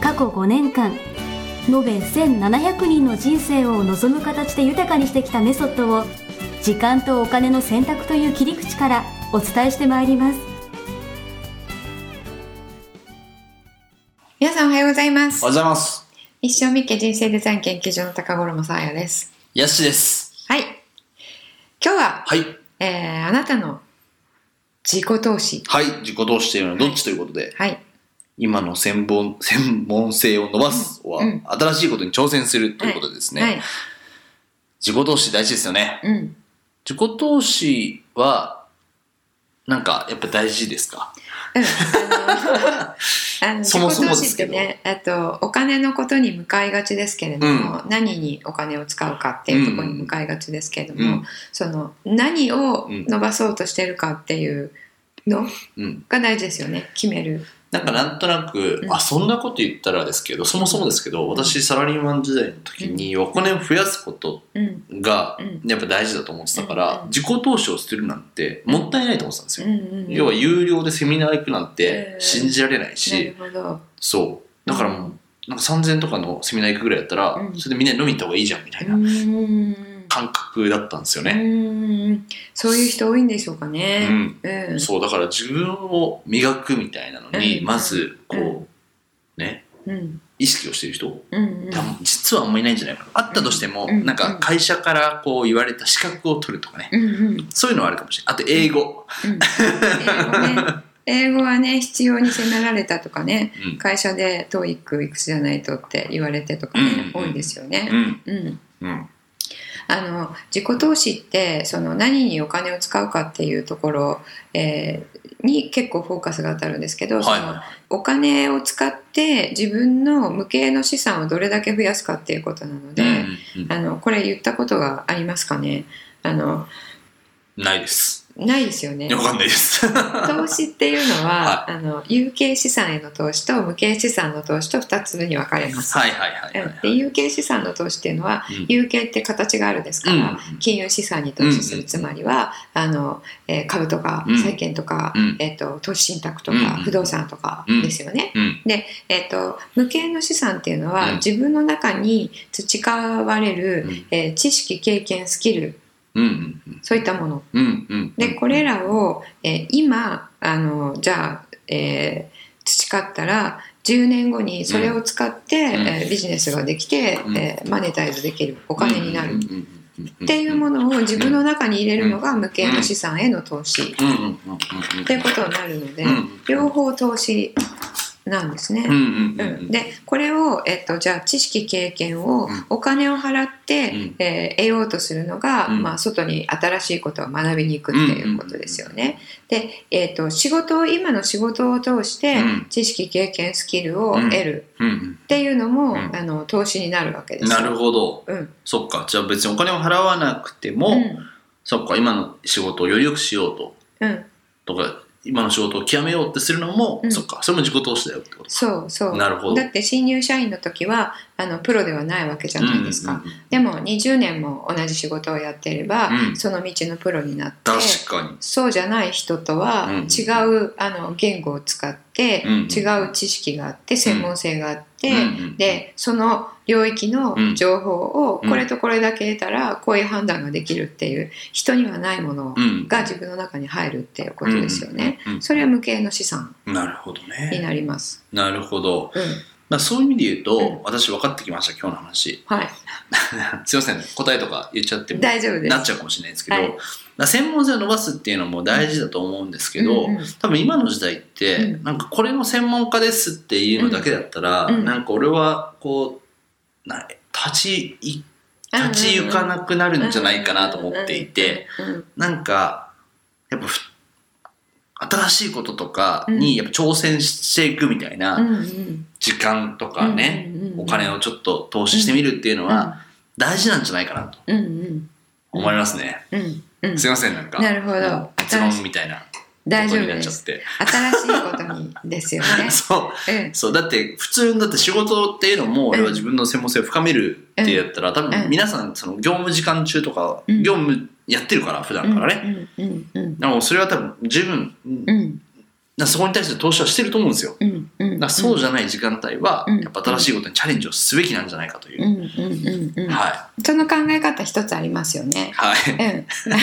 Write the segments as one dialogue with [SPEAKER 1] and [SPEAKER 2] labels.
[SPEAKER 1] 過去5年間延べ1700人の人生を望む形で豊かにしてきたメソッドを時間とお金の選択という切り口からお伝えしてまいります
[SPEAKER 2] 皆さんおはようございます
[SPEAKER 3] おはようございます。
[SPEAKER 2] 一生みっけ人生デザイン研究所の高頃もさあやです
[SPEAKER 3] ヤッシーです。
[SPEAKER 2] はい今日は、
[SPEAKER 3] はい。
[SPEAKER 2] えーあなたの自己投資
[SPEAKER 3] はい。自己投資というのはどっちということで、
[SPEAKER 2] はい
[SPEAKER 3] 今の専門、専門性を伸ばすは、
[SPEAKER 2] うん
[SPEAKER 3] 新しいことに挑戦するということですね。
[SPEAKER 2] はい
[SPEAKER 3] 自己投資大事ですよね。
[SPEAKER 2] うん
[SPEAKER 3] 自己投資は、なんか、やっぱ大事ですか
[SPEAKER 2] うんあのあの
[SPEAKER 3] そもそもで
[SPEAKER 2] 自己投資
[SPEAKER 3] す
[SPEAKER 2] って
[SPEAKER 3] けど
[SPEAKER 2] ねあとお金のことに向かいがちですけれども、何にお金を使うかっていうところに向かいがちですけれども、
[SPEAKER 3] うん
[SPEAKER 2] その何を伸ばそうとしてるかっていうの
[SPEAKER 3] うん。
[SPEAKER 2] が大事ですよね決める
[SPEAKER 3] なんかなんとなく、
[SPEAKER 2] うん
[SPEAKER 3] あ、そんなこと言ったらですけど、そもそもですけど、私サラリーマン時代の時にお金を増やすこと
[SPEAKER 2] うん
[SPEAKER 3] が
[SPEAKER 2] うん、
[SPEAKER 3] やっぱ大事だと思ってたか
[SPEAKER 2] う
[SPEAKER 3] ら
[SPEAKER 2] ん、
[SPEAKER 3] 自己投資をするなんて、もったいないと思ってたんですよ
[SPEAKER 2] うん。うんうん
[SPEAKER 3] 要は有料でセミナー行くなん
[SPEAKER 2] う
[SPEAKER 3] て
[SPEAKER 2] ん
[SPEAKER 3] 信じられない
[SPEAKER 2] な
[SPEAKER 3] し、
[SPEAKER 2] るほど
[SPEAKER 3] そうだからもう、なんか3000とかのセミナー行くぐらいだったら、
[SPEAKER 2] うん
[SPEAKER 3] それでみんなで飲みに行った方がいいじゃんみたいな
[SPEAKER 2] うーん
[SPEAKER 3] 感覚だったんですよ
[SPEAKER 2] う
[SPEAKER 3] ね、
[SPEAKER 2] ーんそういう人多いんでしょうか
[SPEAKER 3] うん
[SPEAKER 2] ね。うん。
[SPEAKER 3] そうだから自分を磨くみたいなのに、
[SPEAKER 2] うん
[SPEAKER 3] まずこう、ね
[SPEAKER 2] うん。
[SPEAKER 3] 意識をしてる人、
[SPEAKER 2] うん。うん。
[SPEAKER 3] 多分実はあんまりいないんじゃないかなあったとしても、
[SPEAKER 2] うん
[SPEAKER 3] なんか会社からこう言われた資格を取るとかね、
[SPEAKER 2] うん。うん。
[SPEAKER 3] そういうのはあるかもしれないあと英語、
[SPEAKER 2] うん英語ね。英語はね、必要に迫られたとかね、
[SPEAKER 3] うん
[SPEAKER 2] 会社で TOEIC いくつじゃないとって言われてとかね、
[SPEAKER 3] うん
[SPEAKER 2] 多いですよね
[SPEAKER 3] う。ん
[SPEAKER 2] うん。
[SPEAKER 3] うん
[SPEAKER 2] あの自己投資ってその何にお金を使うかっていうところ、えーに結構フォーカスが当たるんですけど、
[SPEAKER 3] はい
[SPEAKER 2] その
[SPEAKER 3] は
[SPEAKER 2] お金を使って自分の無形の資産をどれだけ増やすかっていうことなの
[SPEAKER 3] い
[SPEAKER 2] で、
[SPEAKER 3] はい、うんうん
[SPEAKER 2] あのこれ言ったことがありますかねあの
[SPEAKER 3] うん、ないです
[SPEAKER 2] ないですよね
[SPEAKER 3] いやわかんないです、
[SPEAKER 2] 投資っていうのは、あの有形資産への投資と無形資産の投資と2つに分かれます、
[SPEAKER 3] はいはいはいはい、
[SPEAKER 2] うんで有形資産の投資っていうのは、
[SPEAKER 3] うん
[SPEAKER 2] 有形って形があるですか
[SPEAKER 3] う
[SPEAKER 2] ら、
[SPEAKER 3] ん
[SPEAKER 2] 金融資産に投資する、
[SPEAKER 3] うん
[SPEAKER 2] つまりはあの、えー株とか
[SPEAKER 3] うん
[SPEAKER 2] 債券とか、
[SPEAKER 3] うん
[SPEAKER 2] えー、と投資信託と
[SPEAKER 3] うん
[SPEAKER 2] か、不動産とかですよね、
[SPEAKER 3] うん
[SPEAKER 2] えっと無形の資産っていうのは、
[SPEAKER 3] うん
[SPEAKER 2] 自分の中に培われる、
[SPEAKER 3] うん
[SPEAKER 2] えー知識経験スキル
[SPEAKER 3] うん
[SPEAKER 2] そういったもの
[SPEAKER 3] うんうん
[SPEAKER 2] でこれらを、えー今あのじゃあ、えー培ったら10年後にそれを使って、
[SPEAKER 3] ん
[SPEAKER 2] えービジネスができて、
[SPEAKER 3] うん
[SPEAKER 2] えーマネタイズできるお金になる、っ
[SPEAKER 3] って
[SPEAKER 2] いうものを自分の中に入れるのが無形の資産への投資、
[SPEAKER 3] うんうんうんうんうん
[SPEAKER 2] っていうことになるので、
[SPEAKER 3] うん
[SPEAKER 2] 両方投資なんですね。
[SPEAKER 3] うんうんう
[SPEAKER 2] うんん、でこれを、えっと、じゃあ知識経験を
[SPEAKER 3] うん
[SPEAKER 2] お金を払って、
[SPEAKER 3] うん
[SPEAKER 2] えー得ようとするのが、
[SPEAKER 3] うん
[SPEAKER 2] まあ、外に新しいことを学びに行くっていうことですよね。で、えっと仕事を今の仕事を通して、
[SPEAKER 3] うん
[SPEAKER 2] 知識経験スキルを
[SPEAKER 3] うん
[SPEAKER 2] 得る
[SPEAKER 3] うんうん
[SPEAKER 2] っていうのも、
[SPEAKER 3] うん
[SPEAKER 2] あの投資になるわけですよ。
[SPEAKER 3] なるほど
[SPEAKER 2] うん
[SPEAKER 3] そっかじゃあ別にお金を払わなくても、
[SPEAKER 2] うん
[SPEAKER 3] そっか今の仕事をより良くしようと
[SPEAKER 2] うん、
[SPEAKER 3] とか今の仕事を極めようってするのも、
[SPEAKER 2] うん
[SPEAKER 3] そっかそれも自己投資だよってこと
[SPEAKER 2] そうそう
[SPEAKER 3] なるほど
[SPEAKER 2] だって新入社員の時はあのプロではないわけじゃないですか。
[SPEAKER 3] うんうんうん
[SPEAKER 2] でも20年も同じ仕事をやっていれば、
[SPEAKER 3] うん
[SPEAKER 2] その道のプロになって
[SPEAKER 3] 確かに
[SPEAKER 2] そうじゃない人とは
[SPEAKER 3] うん
[SPEAKER 2] 違う、あの言語を使って、
[SPEAKER 3] うん
[SPEAKER 2] 違う知識があって専門性があって、
[SPEAKER 3] うんうん
[SPEAKER 2] でその領域の
[SPEAKER 3] うん
[SPEAKER 2] 情報を
[SPEAKER 3] うん
[SPEAKER 2] これとこれだけ得たらこういう判断ができるっていう人にはないもの
[SPEAKER 3] うん
[SPEAKER 2] が自分の中に入るっていうことですよね。
[SPEAKER 3] うんうんうん
[SPEAKER 2] それは無形の資産
[SPEAKER 3] うんなるほど
[SPEAKER 2] に
[SPEAKER 3] ね
[SPEAKER 2] なります。
[SPEAKER 3] なるほどだか
[SPEAKER 2] うん、
[SPEAKER 3] らそういう意味で言うと、
[SPEAKER 2] うん
[SPEAKER 3] 私分かってきました今日の話
[SPEAKER 2] はい、
[SPEAKER 3] すいません答えとか言っちゃっても
[SPEAKER 2] 大丈夫です。
[SPEAKER 3] なっちゃうかもしれないですけど、
[SPEAKER 2] はい
[SPEAKER 3] だから専門性を伸ばすっていうのも大事だと思うんですけど、
[SPEAKER 2] うんうん
[SPEAKER 3] 多分今の時代って、
[SPEAKER 2] うん
[SPEAKER 3] なんかこれの専門家ですっていうのだけだったら、
[SPEAKER 2] うんうん
[SPEAKER 3] なんか俺はこうな立ちい立ち行かなくなるんじゃないかなと思っていて、
[SPEAKER 2] うんうんうん
[SPEAKER 3] なんかやっぱふ新しいこととかにやっぱ挑戦していくみたいな、
[SPEAKER 2] うんうん
[SPEAKER 3] 時間とかね、お金をちょっと投資してみるっていうのは大事なんじゃないかなと
[SPEAKER 2] うんうん
[SPEAKER 3] 思いますね。
[SPEAKER 2] うんうん
[SPEAKER 3] すいません、なんか。
[SPEAKER 2] なるほど
[SPEAKER 3] 結論みたいな
[SPEAKER 2] 大
[SPEAKER 3] こと
[SPEAKER 2] 丈夫
[SPEAKER 3] になっ
[SPEAKER 2] で
[SPEAKER 3] ちゃっ
[SPEAKER 2] す
[SPEAKER 3] て。
[SPEAKER 2] 新しいことにですよ ね
[SPEAKER 3] そう。
[SPEAKER 2] うん
[SPEAKER 3] そうだって普通だって仕事っていうのも俺は自分の専門性を深めるってやったら多分皆さんその業務時間中とか
[SPEAKER 2] うん
[SPEAKER 3] 業務やってるから普段からね、
[SPEAKER 2] うんうん
[SPEAKER 3] だからもうそれは多分十分だか
[SPEAKER 2] うん
[SPEAKER 3] らそこに対して投資はしてると思うんですよだ
[SPEAKER 2] うんうん
[SPEAKER 3] からそうじゃない時間帯は
[SPEAKER 2] うん
[SPEAKER 3] やっぱ新しいことにチャレンジをすべきなんじゃないかというう、
[SPEAKER 2] んうんうんうん
[SPEAKER 3] は
[SPEAKER 2] その考え方一つありますよね
[SPEAKER 3] いは
[SPEAKER 2] うんな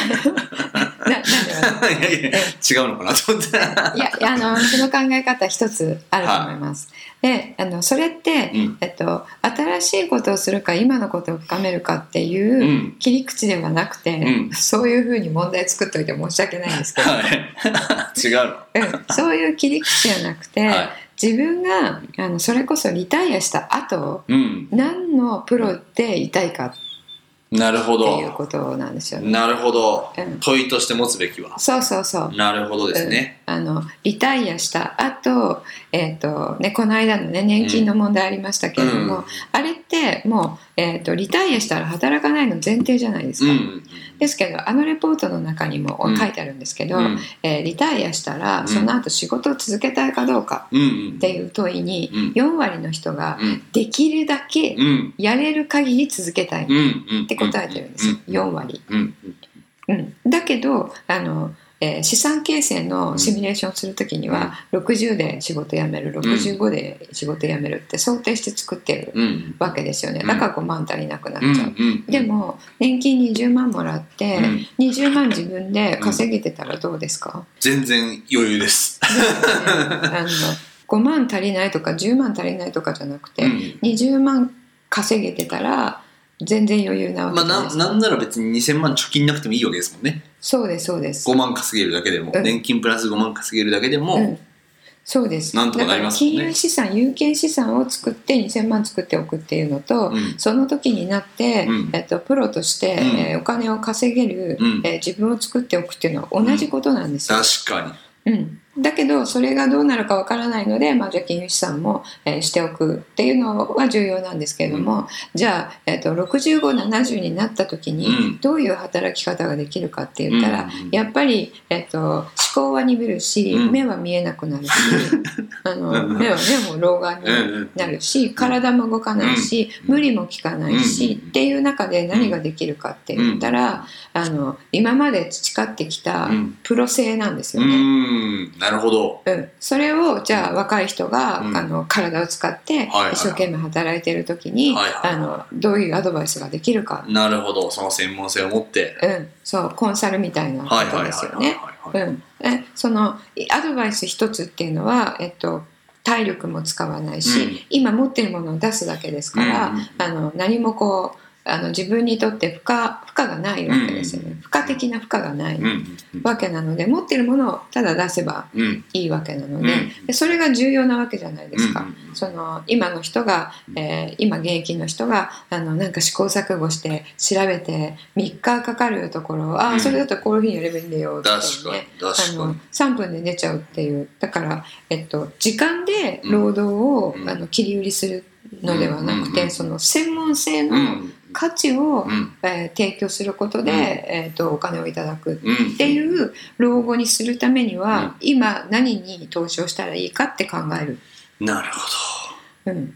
[SPEAKER 2] なんで私
[SPEAKER 3] いいやいや違うのかなと思って
[SPEAKER 2] いやあのその考え方一つあると思います。であのそれって、
[SPEAKER 3] うん
[SPEAKER 2] えっと、新しいことをするか今のことを深めるかって
[SPEAKER 3] う
[SPEAKER 2] いうん切り口ではなくて、
[SPEAKER 3] うん
[SPEAKER 2] そういうふうに問題作っといて申し訳ないんですけど、
[SPEAKER 3] はい違うの
[SPEAKER 2] うん、 そういう切り口じゃなくて、
[SPEAKER 3] はい
[SPEAKER 2] 自分があのそれこそリタイアした後
[SPEAKER 3] うん
[SPEAKER 2] 何のプロでいたいかっ
[SPEAKER 3] なるほ
[SPEAKER 2] ていう
[SPEAKER 3] ど
[SPEAKER 2] ことなんですよね。
[SPEAKER 3] なるほど
[SPEAKER 2] うん
[SPEAKER 3] 問いとして持つべきは
[SPEAKER 2] そうそうそう
[SPEAKER 3] なるほどですね、
[SPEAKER 2] あのリタイアした後、えーとね、この間の、ね、年金の問題ありましたけれども、
[SPEAKER 3] うん
[SPEAKER 2] あれってもう、えー、とリタイアしたら働かないの前提じゃないです
[SPEAKER 3] うん
[SPEAKER 2] か。
[SPEAKER 3] うん
[SPEAKER 2] ですけどあのレポートの中にも
[SPEAKER 3] うん
[SPEAKER 2] 書いてあるんですけど、
[SPEAKER 3] うん
[SPEAKER 2] えーリタイアした
[SPEAKER 3] う
[SPEAKER 2] ら
[SPEAKER 3] ん
[SPEAKER 2] その後仕事を続けたいかどうか
[SPEAKER 3] うんうん
[SPEAKER 2] っていう問いに
[SPEAKER 3] うん
[SPEAKER 2] 4割の人が
[SPEAKER 3] うん
[SPEAKER 2] できるだけ
[SPEAKER 3] うん
[SPEAKER 2] やれる限り続けたいっ
[SPEAKER 3] うんうん
[SPEAKER 2] て答えてるんですよ4割。
[SPEAKER 3] うん
[SPEAKER 2] うん、だけどあの、えー資産形成のシミュレーションするときには、60で仕事辞める65で仕事辞めるって想定して作ってる
[SPEAKER 3] うんうん
[SPEAKER 2] わけですよね
[SPEAKER 3] うん
[SPEAKER 2] だから5万足りなくなっ
[SPEAKER 3] うん
[SPEAKER 2] ちゃう。
[SPEAKER 3] うん
[SPEAKER 2] でも年金20万もらって、
[SPEAKER 3] うん
[SPEAKER 2] 20万自分で稼げてたらどうです か、
[SPEAKER 3] 全然余裕です
[SPEAKER 2] あの5万足りないとか10万足りないとかじゃなくて、
[SPEAKER 3] うん
[SPEAKER 2] 20万稼げてたら全然余裕なわ
[SPEAKER 3] ま
[SPEAKER 2] け
[SPEAKER 3] あ
[SPEAKER 2] じゃないで
[SPEAKER 3] な
[SPEAKER 2] すか、
[SPEAKER 3] なんなら別に2000万貯金なくてもいいわけですもんね
[SPEAKER 2] そうですそうです
[SPEAKER 3] 5万稼げるだけでも
[SPEAKER 2] うん
[SPEAKER 3] 年金プラス5万稼げるだけで
[SPEAKER 2] う
[SPEAKER 3] も
[SPEAKER 2] ん、そうです
[SPEAKER 3] なんとかなりますもんね
[SPEAKER 2] だから金融資産有形資産を作って2,000万作っておくっていうのと、
[SPEAKER 3] うん
[SPEAKER 2] その時になって、
[SPEAKER 3] うん
[SPEAKER 2] えっと、プロとして、
[SPEAKER 3] うん
[SPEAKER 2] えーお金を稼げる、
[SPEAKER 3] うん
[SPEAKER 2] えー自分を作っておくっていうのは同じことなんですよ。
[SPEAKER 3] 確か
[SPEAKER 2] うんだけどそれがどうなるかわからないので、まあ、じゃあ金融資産も、えーしておくっていうのは重要なんですけれども、じゃあ、えっと6570になった時
[SPEAKER 3] うん
[SPEAKER 2] にどういう働き方ができるかって言ったら、
[SPEAKER 3] うん
[SPEAKER 2] やっぱり、えっと思考は鈍るし、
[SPEAKER 3] うん
[SPEAKER 2] 目は見えなくな るしあの
[SPEAKER 3] うん
[SPEAKER 2] 目はねもう老眼に
[SPEAKER 3] にうん
[SPEAKER 2] なるし体も動かないし、
[SPEAKER 3] うん
[SPEAKER 2] 無理も効かないし、
[SPEAKER 3] うん
[SPEAKER 2] っていう中で何ができるかって言ったら、あの今まで培ってきた
[SPEAKER 3] うん
[SPEAKER 2] プロ性なんです
[SPEAKER 3] う
[SPEAKER 2] よね。
[SPEAKER 3] んなるほど
[SPEAKER 2] うん、それをじゃあ若い人が、
[SPEAKER 3] うん
[SPEAKER 2] あの体を使って
[SPEAKER 3] はいはい
[SPEAKER 2] 一生懸命働いてる時に、
[SPEAKER 3] はいはい
[SPEAKER 2] あのどういうアドバイスができるか、
[SPEAKER 3] なるほどその専門性を持って
[SPEAKER 2] うん、そうコンサルみたいなこ
[SPEAKER 3] はい
[SPEAKER 2] と
[SPEAKER 3] はいはい
[SPEAKER 2] ですよ
[SPEAKER 3] はい
[SPEAKER 2] ね。
[SPEAKER 3] は
[SPEAKER 2] う
[SPEAKER 3] い
[SPEAKER 2] ん、えそのいアドバイス一つっていうのは、えっと、体力も使わないし、
[SPEAKER 3] うん
[SPEAKER 2] 今持ってるものを出すだけですから、
[SPEAKER 3] うんうん
[SPEAKER 2] あの何もこうあの自分にとって負荷負荷がないわけですよ
[SPEAKER 3] うん
[SPEAKER 2] ね。負荷的な負荷がない
[SPEAKER 3] うんうん
[SPEAKER 2] わけなので持ってるものをただ出せば
[SPEAKER 3] うん
[SPEAKER 2] いいわけなので,、
[SPEAKER 3] うん
[SPEAKER 2] でそれが重要なわけじゃないですか。
[SPEAKER 3] うん
[SPEAKER 2] その今の人が、えー今現役の人があのなんか試行錯誤して調べて3日かかるところをあ
[SPEAKER 3] う
[SPEAKER 2] あ
[SPEAKER 3] ん
[SPEAKER 2] それだとこういうふうにやればいいんだよって、ね
[SPEAKER 3] 確かに確
[SPEAKER 2] あ
[SPEAKER 3] か
[SPEAKER 2] の
[SPEAKER 3] に
[SPEAKER 2] 3分で出ちゃうっていうだから、えっと、時間で労働を、
[SPEAKER 3] うん
[SPEAKER 2] あの切り売りするのではなくて、
[SPEAKER 3] うん
[SPEAKER 2] その専門性
[SPEAKER 3] う
[SPEAKER 2] の
[SPEAKER 3] ん
[SPEAKER 2] 価値を、
[SPEAKER 3] うん
[SPEAKER 2] えー提供することで、
[SPEAKER 3] うん
[SPEAKER 2] えっとお金をいただく
[SPEAKER 3] うん
[SPEAKER 2] っていう老後にするためには、
[SPEAKER 3] うん
[SPEAKER 2] 今何に投資をしたらいいかって考える。
[SPEAKER 3] なるほど
[SPEAKER 2] うん、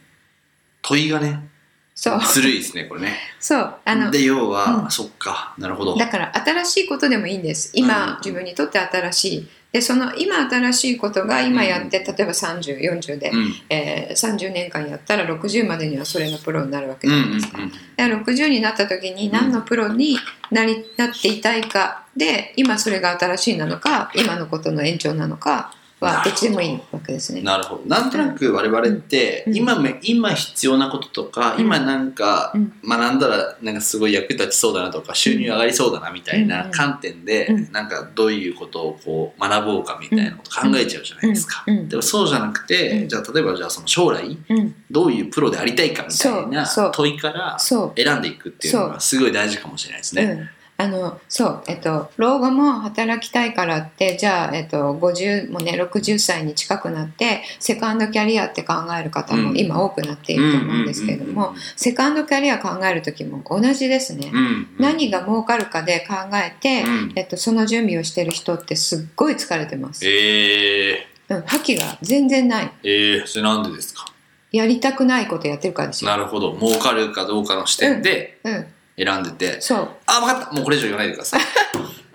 [SPEAKER 3] 問いがね
[SPEAKER 2] そう
[SPEAKER 3] ずるいですねこれね
[SPEAKER 2] そうあの
[SPEAKER 3] で要は、
[SPEAKER 2] うん
[SPEAKER 3] そっかなるほど
[SPEAKER 2] だから新しいことでもいいんです
[SPEAKER 3] うん
[SPEAKER 2] 今自分にとって新しいでその今新しいことが今やって例えば3040で、
[SPEAKER 3] うん
[SPEAKER 2] えー30年間やったら60までにはそれのプロになるわけ
[SPEAKER 3] うん
[SPEAKER 2] じ
[SPEAKER 3] う
[SPEAKER 2] ゃ
[SPEAKER 3] ん
[SPEAKER 2] ないですか、だから60になった時に何のプロになりなっていたいかで今それが新しいなのか今のことの延長なのかはどっちでもいいわけです
[SPEAKER 3] うん
[SPEAKER 2] ね。
[SPEAKER 3] なるほどなんとなく我々って、
[SPEAKER 2] うん
[SPEAKER 3] 今め今必要なこととか、
[SPEAKER 2] うん
[SPEAKER 3] 今なんか、
[SPEAKER 2] うん
[SPEAKER 3] 学んだらなんかすごい役立ちそうだなとか収入上がりそうだなみたいな
[SPEAKER 2] うん
[SPEAKER 3] 観点で、
[SPEAKER 2] うん
[SPEAKER 3] なんかどういうことをこう学ぼうかみたいなこと考えちゃうじゃないですか。
[SPEAKER 2] うんうん
[SPEAKER 3] でもそうじゃなくて、
[SPEAKER 2] うん
[SPEAKER 3] じゃあ例えばじゃあその将来
[SPEAKER 2] うん、
[SPEAKER 3] どういうプロでありたいかみたいな
[SPEAKER 2] そうそう
[SPEAKER 3] 問いから
[SPEAKER 2] そう
[SPEAKER 3] 選んでいくっていうのがすごい大事かもしれないですね。
[SPEAKER 2] うん、あのそう、えっと、老後も働きたいからってじゃあ、えっと、50もね60歳に近くなってセカンドキャリアって考える方も今多くなっていると思うんですけれども、セカンドキャリア考える時も同じですね。
[SPEAKER 3] うんうん
[SPEAKER 2] 何が儲かるかで考えて、
[SPEAKER 3] うん
[SPEAKER 2] えっと、その準備をしてる人ってすっごい疲れてます、
[SPEAKER 3] え
[SPEAKER 2] うん、覇気が全然ない
[SPEAKER 3] ー、えー、それなんでですか
[SPEAKER 2] やりたくないことやってるからですよ、
[SPEAKER 3] なるほど儲かるかどうかの視点で
[SPEAKER 2] うん、
[SPEAKER 3] 選んでて、
[SPEAKER 2] そう
[SPEAKER 3] あ分かったもうこれ以上言わないでください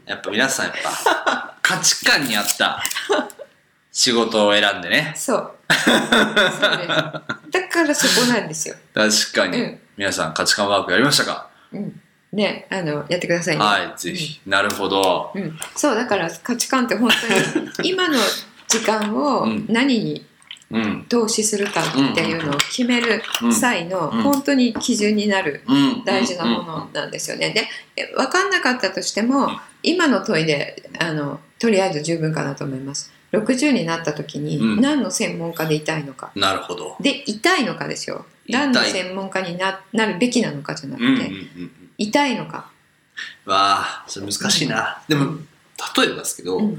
[SPEAKER 3] やっぱ皆さんやっぱ価値観に合った仕事を選んでね
[SPEAKER 2] そうそうですだからそこなんですよ、
[SPEAKER 3] 確かに、
[SPEAKER 2] うん
[SPEAKER 3] 皆さん価値観ワークやりましたか、
[SPEAKER 2] うん、ねあのやってくださいね
[SPEAKER 3] はいぜひ、なるほど
[SPEAKER 2] うんうんそうだから価値観って本当 に今の時間を
[SPEAKER 3] うん
[SPEAKER 2] 何に
[SPEAKER 3] うん
[SPEAKER 2] 投資するかっていうのを決める際の
[SPEAKER 3] うん
[SPEAKER 2] 本当に基準になる
[SPEAKER 3] うん
[SPEAKER 2] 大事なものなんですよね。でえ分かんなかったとしても今の問いであのとりあえず十分かなと思います。60になった時
[SPEAKER 3] うん
[SPEAKER 2] に何の専門家でいたいのか。
[SPEAKER 3] なるほど
[SPEAKER 2] で痛いのかですよ。
[SPEAKER 3] 痛い
[SPEAKER 2] 何の専門家にななるべきなのかじゃなく
[SPEAKER 3] う
[SPEAKER 2] て、
[SPEAKER 3] んうんうんうん
[SPEAKER 2] 痛いのか。
[SPEAKER 3] わあそれ難しいな、でも例えばですけど、
[SPEAKER 2] うん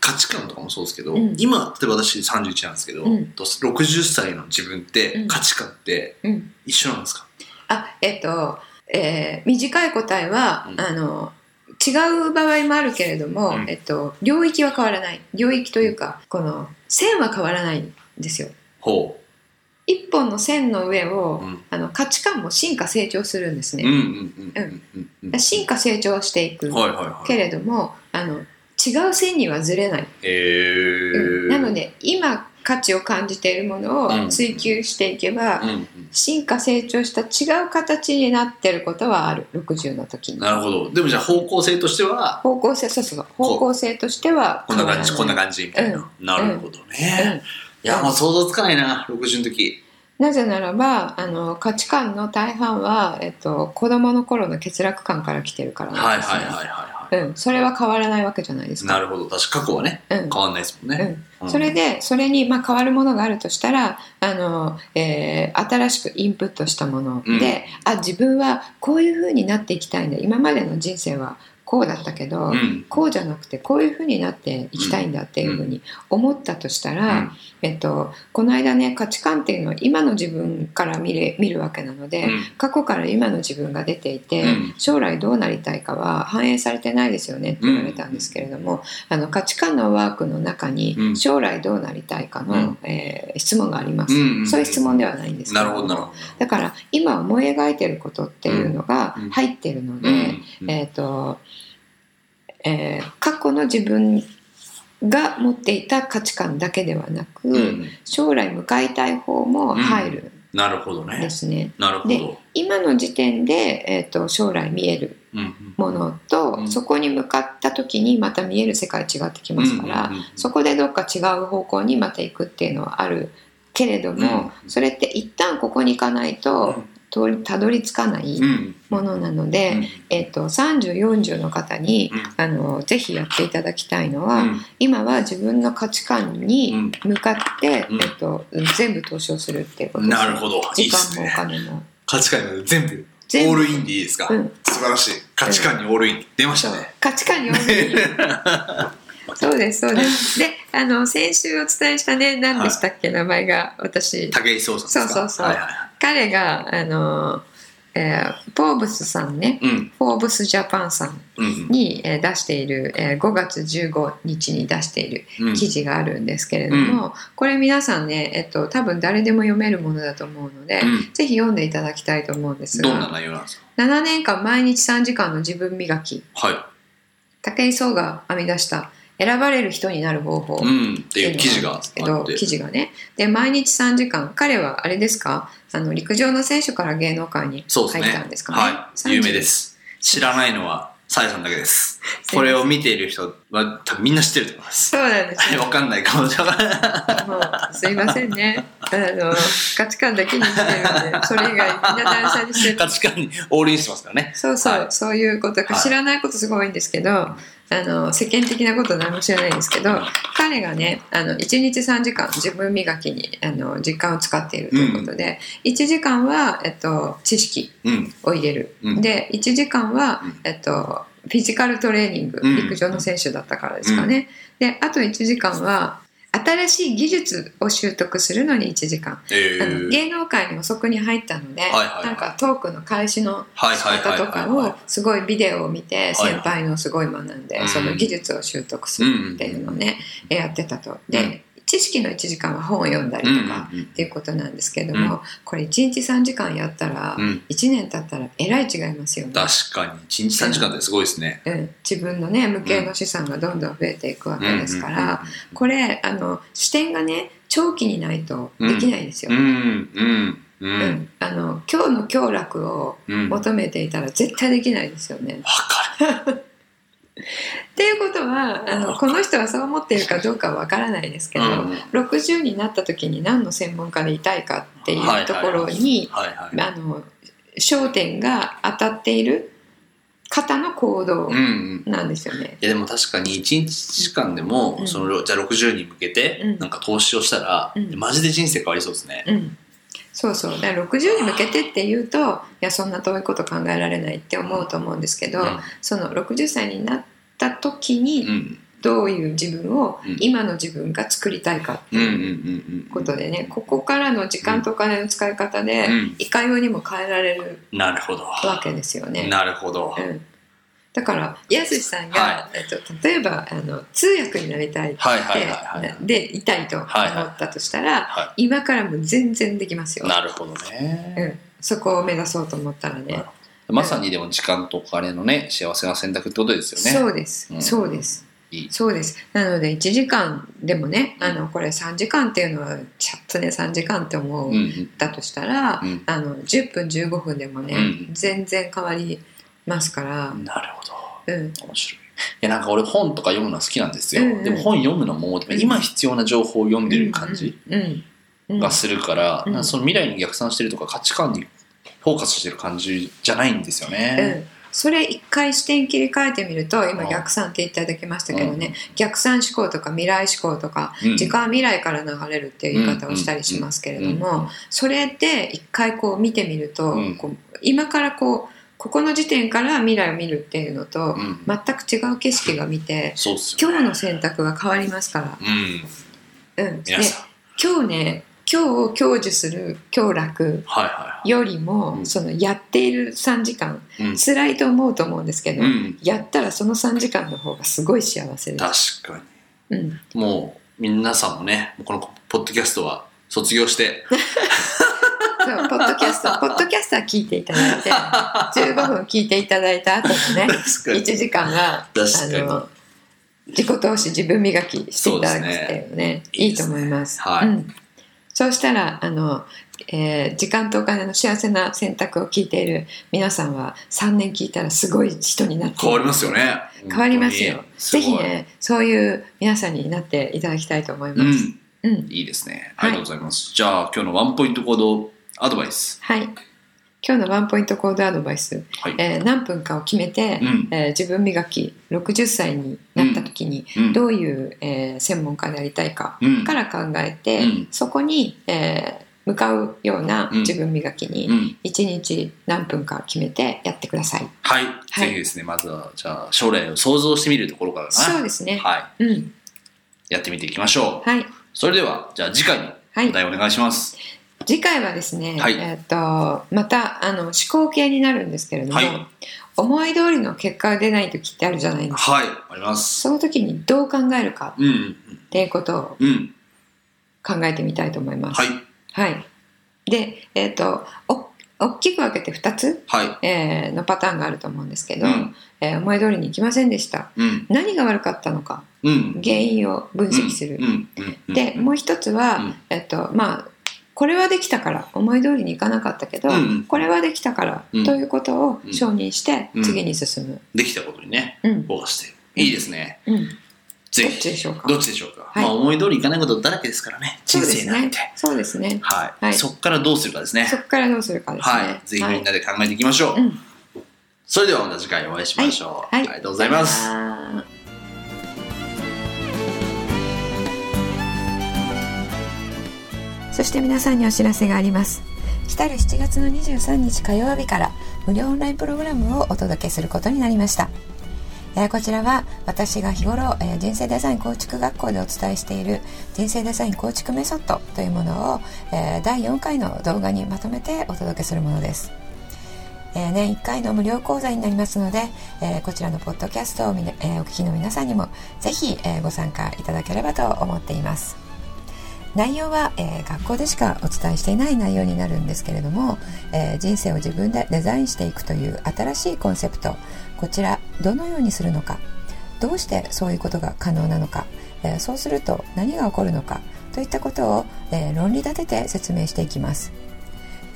[SPEAKER 3] 価値観とかもそうですけど、
[SPEAKER 2] うん
[SPEAKER 3] 今例えば私31なんですけど、
[SPEAKER 2] うん
[SPEAKER 3] と60歳の自分って
[SPEAKER 2] うん
[SPEAKER 3] 価値観って
[SPEAKER 2] うん、
[SPEAKER 3] 一緒なんですか、
[SPEAKER 2] あえっと、えー短い答えは、
[SPEAKER 3] うん
[SPEAKER 2] あの違う場合もあるけれども、
[SPEAKER 3] うん
[SPEAKER 2] えっと、領域は変わらない領域というかこの線は変わらないんですよ。
[SPEAKER 3] ほ
[SPEAKER 2] 一本の線の上を
[SPEAKER 3] う、うん
[SPEAKER 2] あの価値観も進化成長するんです
[SPEAKER 3] うん
[SPEAKER 2] ね。
[SPEAKER 3] うんうんうんうんうん
[SPEAKER 2] 進化成長していく
[SPEAKER 3] はいはいはい
[SPEAKER 2] けれども、あの違う線にはずれない。う
[SPEAKER 3] へー
[SPEAKER 2] んなので今価値を感じているもの
[SPEAKER 3] うん
[SPEAKER 2] を追求していけば、
[SPEAKER 3] うんうん
[SPEAKER 2] 進化成長した違う形になってることはある60の時に。
[SPEAKER 3] なるほどでもじゃあ方向性としては
[SPEAKER 2] 方向性そうそうそう
[SPEAKER 3] う
[SPEAKER 2] 方向性としては
[SPEAKER 3] こんな感じこんな
[SPEAKER 2] 感
[SPEAKER 3] 感じみたいな、なるほど
[SPEAKER 2] じ
[SPEAKER 3] ね、いやもう想像つかないな60の時
[SPEAKER 2] なぜならばあの価値観の大半は、えっと、子供の頃の欠落感から来てるから
[SPEAKER 3] は
[SPEAKER 2] ないんですね
[SPEAKER 3] はいはいはいは
[SPEAKER 2] うん、それは変わらないわけじゃないです
[SPEAKER 3] い
[SPEAKER 2] か。
[SPEAKER 3] なるほど確か過去はね
[SPEAKER 2] うん
[SPEAKER 3] 変わんないですもんね、うん
[SPEAKER 2] それでそれにまあ変わるものがあるとしたらあの、えー新しくインプットしたもので、あ自分はこういうふうになっていきたいんだ今までの人生はこうだったけど、
[SPEAKER 3] うん
[SPEAKER 2] こうじゃなくてこういうふうになっていきたいんだっていうふうに思ったとしたら、
[SPEAKER 3] うん
[SPEAKER 2] えっと、この間ね価値観っていうのは今の自分から見れ見るわけなので、
[SPEAKER 3] うん
[SPEAKER 2] 過去から今の自分が出ていて、
[SPEAKER 3] うん
[SPEAKER 2] 将来どうなりたいかは反映されてないですよねって言われたんですけれども、あの価値観のワークの中に、
[SPEAKER 3] うん
[SPEAKER 2] 将来どうなりたいかの、
[SPEAKER 3] うん
[SPEAKER 2] えー質問があります、
[SPEAKER 3] うんうんうん
[SPEAKER 2] そういう質問ではないんですけ
[SPEAKER 3] な
[SPEAKER 2] れ
[SPEAKER 3] る
[SPEAKER 2] ども
[SPEAKER 3] ほどなるほ
[SPEAKER 2] だから今思い描いてることっていうのが
[SPEAKER 3] うん
[SPEAKER 2] 入ってるの
[SPEAKER 3] ど、
[SPEAKER 2] で、
[SPEAKER 3] うん
[SPEAKER 2] えっ、と、えー過去の自分が持っていた価値観だけではなく、
[SPEAKER 3] うん
[SPEAKER 2] 将来向かいたい方も入る
[SPEAKER 3] なるほど
[SPEAKER 2] ん
[SPEAKER 3] ね
[SPEAKER 2] ですね。
[SPEAKER 3] なるほど
[SPEAKER 2] 今の時点で、えー、と将来見える
[SPEAKER 3] うんうん
[SPEAKER 2] ものと、
[SPEAKER 3] うん
[SPEAKER 2] そこに向かった時にまた見える世界違ってきますから、
[SPEAKER 3] うんうんうん
[SPEAKER 2] そこでどっか違う方向にまた行くっていうのはあるけれども、
[SPEAKER 3] うん
[SPEAKER 2] それって一旦ここに行かないと通りたどり着かない
[SPEAKER 3] うん
[SPEAKER 2] ものなので、
[SPEAKER 3] うん
[SPEAKER 2] えっと3040の方に、
[SPEAKER 3] うん
[SPEAKER 2] あのぜひやっていただきたいのは、
[SPEAKER 3] うん
[SPEAKER 2] 今は自分の価値観
[SPEAKER 3] う
[SPEAKER 2] に
[SPEAKER 3] ん
[SPEAKER 2] 向かって、
[SPEAKER 3] うん
[SPEAKER 2] えっと全部投資をするっていうこと
[SPEAKER 3] なるほどいい
[SPEAKER 2] 時
[SPEAKER 3] っす
[SPEAKER 2] 間もお
[SPEAKER 3] ね
[SPEAKER 2] 金も。
[SPEAKER 3] 価値観に全部
[SPEAKER 2] 全部
[SPEAKER 3] オールインでいいですか、
[SPEAKER 2] うん
[SPEAKER 3] 素晴らしい価値観にオールイン出まし
[SPEAKER 2] そう
[SPEAKER 3] たね、
[SPEAKER 2] 価値観に多めにそうですそうですであの先週お伝えしたね何でしたっけ、名前が私
[SPEAKER 3] 武井壮さんですか
[SPEAKER 2] そうそうそう
[SPEAKER 3] はいはいは
[SPEAKER 2] 彼があの、えーフォーブスさんね
[SPEAKER 3] いうん
[SPEAKER 2] フォーブスジャパンさん
[SPEAKER 3] うんうん
[SPEAKER 2] に、えー出している、えー5月15日に出している
[SPEAKER 3] うん
[SPEAKER 2] 記事があるんですけれども、これ皆さんね、えっと、多分誰でも読めるものだと思うので、
[SPEAKER 3] うん
[SPEAKER 2] ぜひ読んでいただきたいと思うんです
[SPEAKER 3] どんな
[SPEAKER 2] が
[SPEAKER 3] 内容なんですか
[SPEAKER 2] 7年間毎日3時間の自分磨き
[SPEAKER 3] は
[SPEAKER 2] 武井壮が編み出した選ばれる人になる方法
[SPEAKER 3] い、うん、っていう記事があ
[SPEAKER 2] なん
[SPEAKER 3] っ
[SPEAKER 2] です
[SPEAKER 3] て
[SPEAKER 2] けど記事がねで毎日3時間彼はあれですかあの陸上の選手から芸能界に
[SPEAKER 3] そ
[SPEAKER 2] 入
[SPEAKER 3] うですね
[SPEAKER 2] ったんですかね
[SPEAKER 3] はい有名です知らないのはさやさんだ けですこれを見ている人は多分みんな知ってると思います
[SPEAKER 2] そうなんです
[SPEAKER 3] はいわかんないかもしれない
[SPEAKER 2] もうすいませんねあの価値観だけにして るんでそれ以外みんな断捨離してる
[SPEAKER 3] 価値観にオールインしてますからね
[SPEAKER 2] そうそう、
[SPEAKER 3] はい
[SPEAKER 2] そういうこと
[SPEAKER 3] はい
[SPEAKER 2] 知らないことすごい多いんですけど、あの世間的なこと何も知らないんですけど彼がねあの1日3時間自分磨きにあの時間を使っているということで、1時間は、えっと、知識
[SPEAKER 3] うん
[SPEAKER 2] を入れる、
[SPEAKER 3] うん
[SPEAKER 2] で1時間は
[SPEAKER 3] うん、
[SPEAKER 2] えっと、フィジカルトレーニング、
[SPEAKER 3] うん
[SPEAKER 2] 陸上の選手だったからですかね、であと1時間は新しい技術を習得するのに1時間、
[SPEAKER 3] え
[SPEAKER 2] あの
[SPEAKER 3] ー、
[SPEAKER 2] 芸能界にもそこに入ったので、
[SPEAKER 3] いはいはい
[SPEAKER 2] なんかトークの開始の
[SPEAKER 3] はい
[SPEAKER 2] 仕
[SPEAKER 3] はい
[SPEAKER 2] 方
[SPEAKER 3] はい
[SPEAKER 2] と
[SPEAKER 3] はい
[SPEAKER 2] か
[SPEAKER 3] は
[SPEAKER 2] を
[SPEAKER 3] い
[SPEAKER 2] すごいビデオを見て
[SPEAKER 3] はい
[SPEAKER 2] 先輩のすごい学ん
[SPEAKER 3] う
[SPEAKER 2] で
[SPEAKER 3] ん
[SPEAKER 2] その技術を習得するっていうのをねやってたと。で知識の1時間は本を読んだり
[SPEAKER 3] うんうん
[SPEAKER 2] とかっていうことなんですけどもこれ1日3時間やったら
[SPEAKER 3] うんうん
[SPEAKER 2] 1年経ったらえらい違いますよね。
[SPEAKER 3] 確かに1日3時間ってすごいですね
[SPEAKER 2] うん、自分のね無形の資産がどんどん増えていくわけですからこれあの視点がね長期にないとできないんですよ
[SPEAKER 3] う。んうんうんうん
[SPEAKER 2] う
[SPEAKER 3] うん
[SPEAKER 2] ん、あの今日の享楽を
[SPEAKER 3] うんわか
[SPEAKER 2] 求めていたら絶対できないですよね。 っていうことはあのこの人はそう思っているかどうかはわからないですけ
[SPEAKER 3] る
[SPEAKER 2] ど、
[SPEAKER 3] うんはい
[SPEAKER 2] 60になった時に何の専門家でいたいかってい
[SPEAKER 3] はいう
[SPEAKER 2] ところに、
[SPEAKER 3] はい
[SPEAKER 2] あの焦点が当たっている方の行動
[SPEAKER 3] うんうん
[SPEAKER 2] なんですよね。
[SPEAKER 3] いやでも確かに1日時間でも、
[SPEAKER 2] うん
[SPEAKER 3] そのじゃあ60に向け
[SPEAKER 2] う
[SPEAKER 3] て
[SPEAKER 2] ん
[SPEAKER 3] なんか投資をしたら、
[SPEAKER 2] うん
[SPEAKER 3] マジで人生変わりそうですね。
[SPEAKER 2] うんそうそうだから60に向けてっていうといやそんな遠いこと考えられないって思うと思うんですけど、その60歳になった時に
[SPEAKER 3] うんうん
[SPEAKER 2] どういう自分を
[SPEAKER 3] うん
[SPEAKER 2] 今の自分が作りたいかって
[SPEAKER 3] うんうんうん
[SPEAKER 2] いう
[SPEAKER 3] うん
[SPEAKER 2] ことでねここからの時間とお金の使い方で
[SPEAKER 3] うん
[SPEAKER 2] いかようにも変えられる
[SPEAKER 3] なるほど。
[SPEAKER 2] わけですよね。
[SPEAKER 3] なるほど
[SPEAKER 2] う。ん、だからやすしさんが、
[SPEAKER 3] は
[SPEAKER 2] えっと、例えばあの通訳になりたいって、
[SPEAKER 3] はいはいはいはい
[SPEAKER 2] でいたいと思
[SPEAKER 3] はいはい
[SPEAKER 2] ったとしたら、
[SPEAKER 3] は
[SPEAKER 2] 今からも全然できますよ。
[SPEAKER 3] なるほど
[SPEAKER 2] う
[SPEAKER 3] ね。
[SPEAKER 2] ん、そこを目指そうと思ったらね。
[SPEAKER 3] なるほどまさにでも時間とお金のね幸せな選択ってことですよね。
[SPEAKER 2] そうです、
[SPEAKER 3] うん
[SPEAKER 2] そうです
[SPEAKER 3] いい
[SPEAKER 2] そうですなので1時間でもね、
[SPEAKER 3] うん
[SPEAKER 2] あのこれ3時間っていうのはチャットで3時間って思う、
[SPEAKER 3] うんうん
[SPEAKER 2] だとしたら、
[SPEAKER 3] うん
[SPEAKER 2] あの10分15分でもね、
[SPEAKER 3] うん
[SPEAKER 2] 全然変わりますから、
[SPEAKER 3] なるほど。
[SPEAKER 2] うん
[SPEAKER 3] 面白い。いやなんか俺本とか読むのは好きなんですよ。
[SPEAKER 2] うんうん
[SPEAKER 3] でも本読むのも今必要な情報を読んでる感じ。
[SPEAKER 2] うんうん
[SPEAKER 3] がするから、
[SPEAKER 2] うん
[SPEAKER 3] なんかその未来に逆算してるとか価値観にフォーカスしてる感じじゃないんですよ
[SPEAKER 2] う
[SPEAKER 3] ね。
[SPEAKER 2] んそれ一回視点切り替えてみると今
[SPEAKER 3] うん
[SPEAKER 2] 逆算って言っていただきましたけどね、逆算思考とか未来思考とか、
[SPEAKER 3] うん
[SPEAKER 2] 時間は未来から流れるっていう言い方をしたりしますけれども、
[SPEAKER 3] うんうん
[SPEAKER 2] それで一回こう見てみると、
[SPEAKER 3] うん
[SPEAKER 2] こう今からこうここの時点から未来を見るっていうのと、
[SPEAKER 3] うん
[SPEAKER 2] 全く違う景色が見て
[SPEAKER 3] そうっすよ。
[SPEAKER 2] 今日の選択が変わりますか
[SPEAKER 3] うん、
[SPEAKER 2] ら、うん、で
[SPEAKER 3] 皆さん、
[SPEAKER 2] 今日ね今日を享受する享楽
[SPEAKER 3] はいは
[SPEAKER 2] よりも、
[SPEAKER 3] うん
[SPEAKER 2] そのやっている3時間
[SPEAKER 3] いはい。
[SPEAKER 2] 辛いと思うと思うんですけど、
[SPEAKER 3] うん、うん、
[SPEAKER 2] やったらその3時間の方がすごい幸せです。
[SPEAKER 3] 確か
[SPEAKER 2] うん、
[SPEAKER 3] に。もう皆さんもね、このポッドキャストは卒 業して、
[SPEAKER 2] そうポッドキャス トポッドキャストは聞いていただいて15分聞いていただいた後のね
[SPEAKER 3] 確か
[SPEAKER 2] 1
[SPEAKER 3] に
[SPEAKER 2] 時間はあ
[SPEAKER 3] 確かに
[SPEAKER 2] の自己投資自分磨きしていただくっていうね
[SPEAKER 3] そうですね
[SPEAKER 2] いいと思います。
[SPEAKER 3] いいですねはい
[SPEAKER 2] うん、そうしたらあの、えー時間とお金の幸せな選択を聞いている皆さんは3年聞いたらすごい人になっている
[SPEAKER 3] 変わりますよね。
[SPEAKER 2] 変わりますよ
[SPEAKER 3] 本当。
[SPEAKER 2] ぜ
[SPEAKER 3] に
[SPEAKER 2] ひ。ね、そういう皆さんになっていただきたいと思い
[SPEAKER 3] すごい
[SPEAKER 2] ま
[SPEAKER 3] う
[SPEAKER 2] す。
[SPEAKER 3] ん、
[SPEAKER 2] うん、
[SPEAKER 3] いいですね。あ
[SPEAKER 2] はい
[SPEAKER 3] りがとうございます。じゃあ今日のワンポイント行動アドバイス。
[SPEAKER 2] はい。今日のワンポイントコードアドバイス、
[SPEAKER 3] はい。
[SPEAKER 2] えー何分かを決めて、
[SPEAKER 3] うん
[SPEAKER 2] えー自分磨き60歳になった時に、
[SPEAKER 3] うん
[SPEAKER 2] どういう、えー専門家でありたいか
[SPEAKER 3] うん
[SPEAKER 2] から考えて、
[SPEAKER 3] うん
[SPEAKER 2] そこに、えー向かうような
[SPEAKER 3] うん
[SPEAKER 2] 自分磨きに、
[SPEAKER 3] うん
[SPEAKER 2] 一日何分か決めてやってください。
[SPEAKER 3] はい、
[SPEAKER 2] はい
[SPEAKER 3] ぜひですね、まずはじゃあ将来を想像してみるところからかな。
[SPEAKER 2] そうですね。
[SPEAKER 3] は
[SPEAKER 2] うん。
[SPEAKER 3] い、やってみていきましょう。
[SPEAKER 2] はい。
[SPEAKER 3] それでは、じゃあ次回のお題お願いします。
[SPEAKER 2] 次回はですね、
[SPEAKER 3] はい
[SPEAKER 2] えー、とまたあの思考系になるんですけれども、
[SPEAKER 3] はい
[SPEAKER 2] 思い通りの結果が出ない時ってあるじゃないですか
[SPEAKER 3] はい、あります。
[SPEAKER 2] その時にどう考えるか
[SPEAKER 3] うん、うん
[SPEAKER 2] っていうことを
[SPEAKER 3] うん、うん、
[SPEAKER 2] 考えてみたいと思います。
[SPEAKER 3] はい、
[SPEAKER 2] はい、で、えー、とお大きく分けて2つ、
[SPEAKER 3] はい、
[SPEAKER 2] えーのパターンがあると思うんですけど、
[SPEAKER 3] うん
[SPEAKER 2] えー思い通りにいきませんでした
[SPEAKER 3] うん、
[SPEAKER 2] 何が悪かったのか
[SPEAKER 3] うん、
[SPEAKER 2] 原因を分析する。
[SPEAKER 3] うん、うん、うん
[SPEAKER 2] でもう一つは、
[SPEAKER 3] うん
[SPEAKER 2] えっとまあ、これはできたから思い通りにいかなかったけど、
[SPEAKER 3] うん
[SPEAKER 2] これはできたから、
[SPEAKER 3] うん
[SPEAKER 2] ということを承認して、
[SPEAKER 3] うん
[SPEAKER 2] 次に進む、
[SPEAKER 3] できたことにね、
[SPEAKER 2] うん
[SPEAKER 3] フォーカスしてる。いいですね。
[SPEAKER 2] うん
[SPEAKER 3] ぜ
[SPEAKER 2] どっち
[SPEAKER 3] ひ。
[SPEAKER 2] でしょうか
[SPEAKER 3] どっちでしょうか。
[SPEAKER 2] はい
[SPEAKER 3] まあ、思い通りいかないことだらけですからね。
[SPEAKER 2] そ
[SPEAKER 3] 人
[SPEAKER 2] うで
[SPEAKER 3] 生
[SPEAKER 2] す
[SPEAKER 3] なん
[SPEAKER 2] ね
[SPEAKER 3] て。
[SPEAKER 2] そうですね
[SPEAKER 3] はい、
[SPEAKER 2] はい
[SPEAKER 3] そこからどうするかですね。
[SPEAKER 2] そこからどうするかですね、
[SPEAKER 3] はい、ぜひみんなで考えていきましょう。
[SPEAKER 2] はいうん
[SPEAKER 3] それではまた次回お会いしましょう。
[SPEAKER 2] はい
[SPEAKER 3] ありがとうございます。
[SPEAKER 2] さよならそして皆さんにお知らせがあります来る7月の23日火曜日から無料オンラインプログラムをお届けすることになりましたえーこちらは私が日頃、えー人生デザイン構築学校でお伝えしている人生デザイン構築メソッドというものを、えー第4回の動画にまとめてお届けするものです、えー年1回の無料講座になりますので、えーこちらのポッドキャストをみな、えーお聞きの皆さんにもぜひ、えーご参加いただければと思っています内容は、えー学校でしかお伝えしていない内容になるんですけれども、えー人生を自分でデザインしていくという新しいコンセプトこちらどのようにするのかどうしてそういうことが可能なのか、えーそうすると何が起こるのかといったことを、えー論理立てて説明していきます、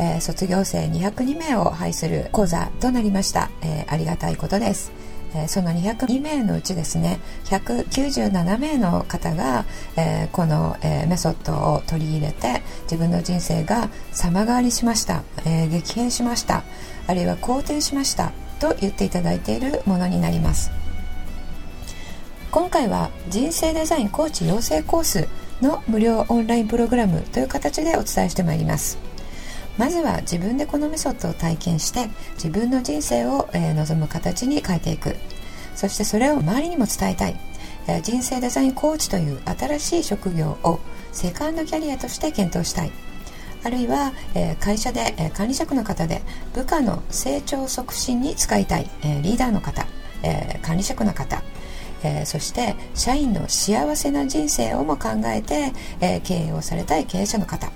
[SPEAKER 2] えー卒業生202名を配する講座となりました、えーありがたいことですえーその202名のうちですね197名の方が、えーこの、えーメソッドを取り入れて自分の人生が様変わりしました、えー激変しましたあるいは好転しましたと言っていただいているものになります今回は人生デザインコーチ養成コースの無料オンラインプログラムという形でお伝えしてまいりますまずは自分でこのメソッドを体験して自分の人生を、えー望む形に変えていくそしてそれを周りにも伝えたい、えー人生デザインコーチという新しい職業をセカンドキャリアとして検討したいあるいは、えー会社で、えー管理職の方で部下の成長促進に使いたい、えーリーダーの方、えー管理職の方、えーそして社員の幸せな人生をも考えて、えー経営をされたい経営者の方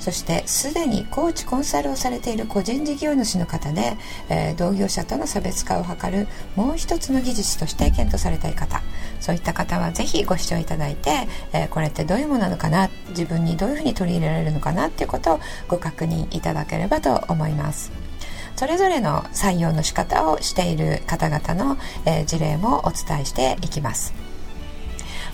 [SPEAKER 2] そしてすでにコーチコンサルをされている個人事業主の方で、えー同業者との差別化を図るもう一つの技術として検討されたい方そういった方はぜひご視聴いただいて、えーこれってどういうものなのかな自分にどういうふうに取り入れられるのかなっていうことをご確認いただければと思います。それぞれの採用の仕方をしている方々の、えー事例もお伝えしていきます。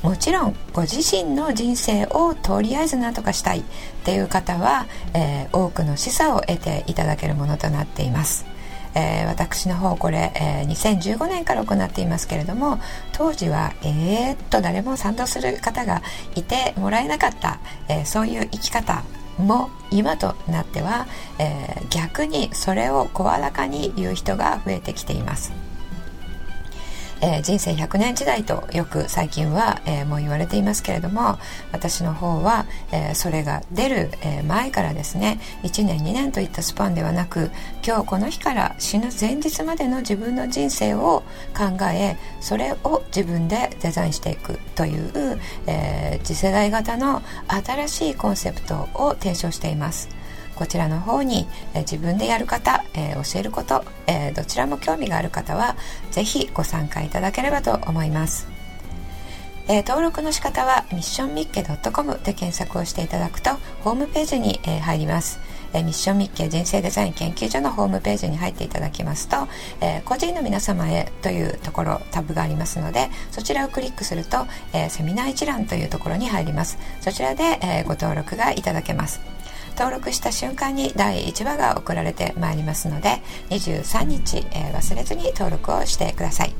[SPEAKER 2] もちろんご自身の人生をとりあえず何とかしたいっていう方は、えー多くの示唆を得ていただけるものとなっています、えー私の方これ、えー2015年から行っていますけれども当時はえー、っと誰も賛同する方がいてもらえなかった、えーそういう生き方も今となっては、えー逆にそれを声高に言う人が増えてきていますえー人生100年時代とよく最近は、えーもう言われていますけれども私の方は、えーそれが出る、えー前からですね1年2年といったスパンではなく今日この日から死ぬ前日までの自分の人生を考えそれを自分でデザインしていくという、えー次世代型の新しいコンセプトを提唱しています。こちらの方に、えー自分でやる方、えー教えること、えーどちらも興味がある方はぜひご参加いただければと思います、えー登録の仕方はミッションミッケ .com で検索をしていただくとホームページに、えー入りますえーミッションミッケ人生デザイン研究所のホームページに入っていただきますと、えー個人の皆様へというところタブがありますのでそちらをクリックすると、えーセミナー一覧というところに入りますそちらで、えーご登録がいただけます登録した瞬間に第1話が送られてまいりますので23日、えー忘れずに登録をしてください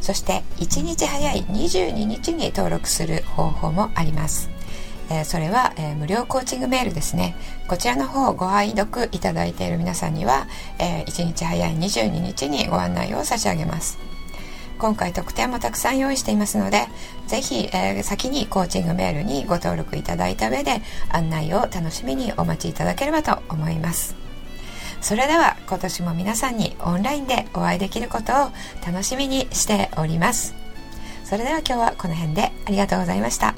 [SPEAKER 2] そして1日早い22日に登録する方法もありますえーそれは、えー無料コーチングメールですねこちらの方をご愛読いただいている皆さんには、え1日早い22日にご案内を差し上げます今回特典もたくさん用意していますのでぜひ、えー先にコーチングメールにご登録いただいた上で案内を楽しみにお待ちいただければと思いますそれでは今年も皆さんにオンラインでお会いできることを楽しみにしておりますそれでは今日はこの辺でありがとうございました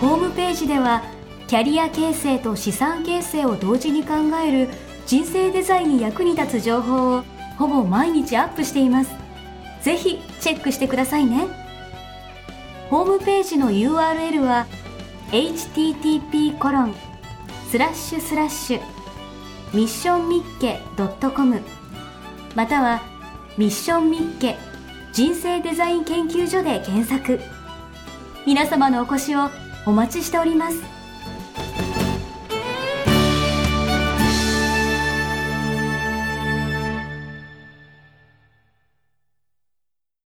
[SPEAKER 1] ホームページではキャリア形成と資産形成を同時に考える人生デザインに役に立つ情報をほぼ毎日アップしていますぜひチェックしてくださいねホームページの URL は http コロンスラッシュスラッシュミッションミッケ .com またはミッションミッケ人生デザイン研究所で検索皆様のお越しをお待ちしております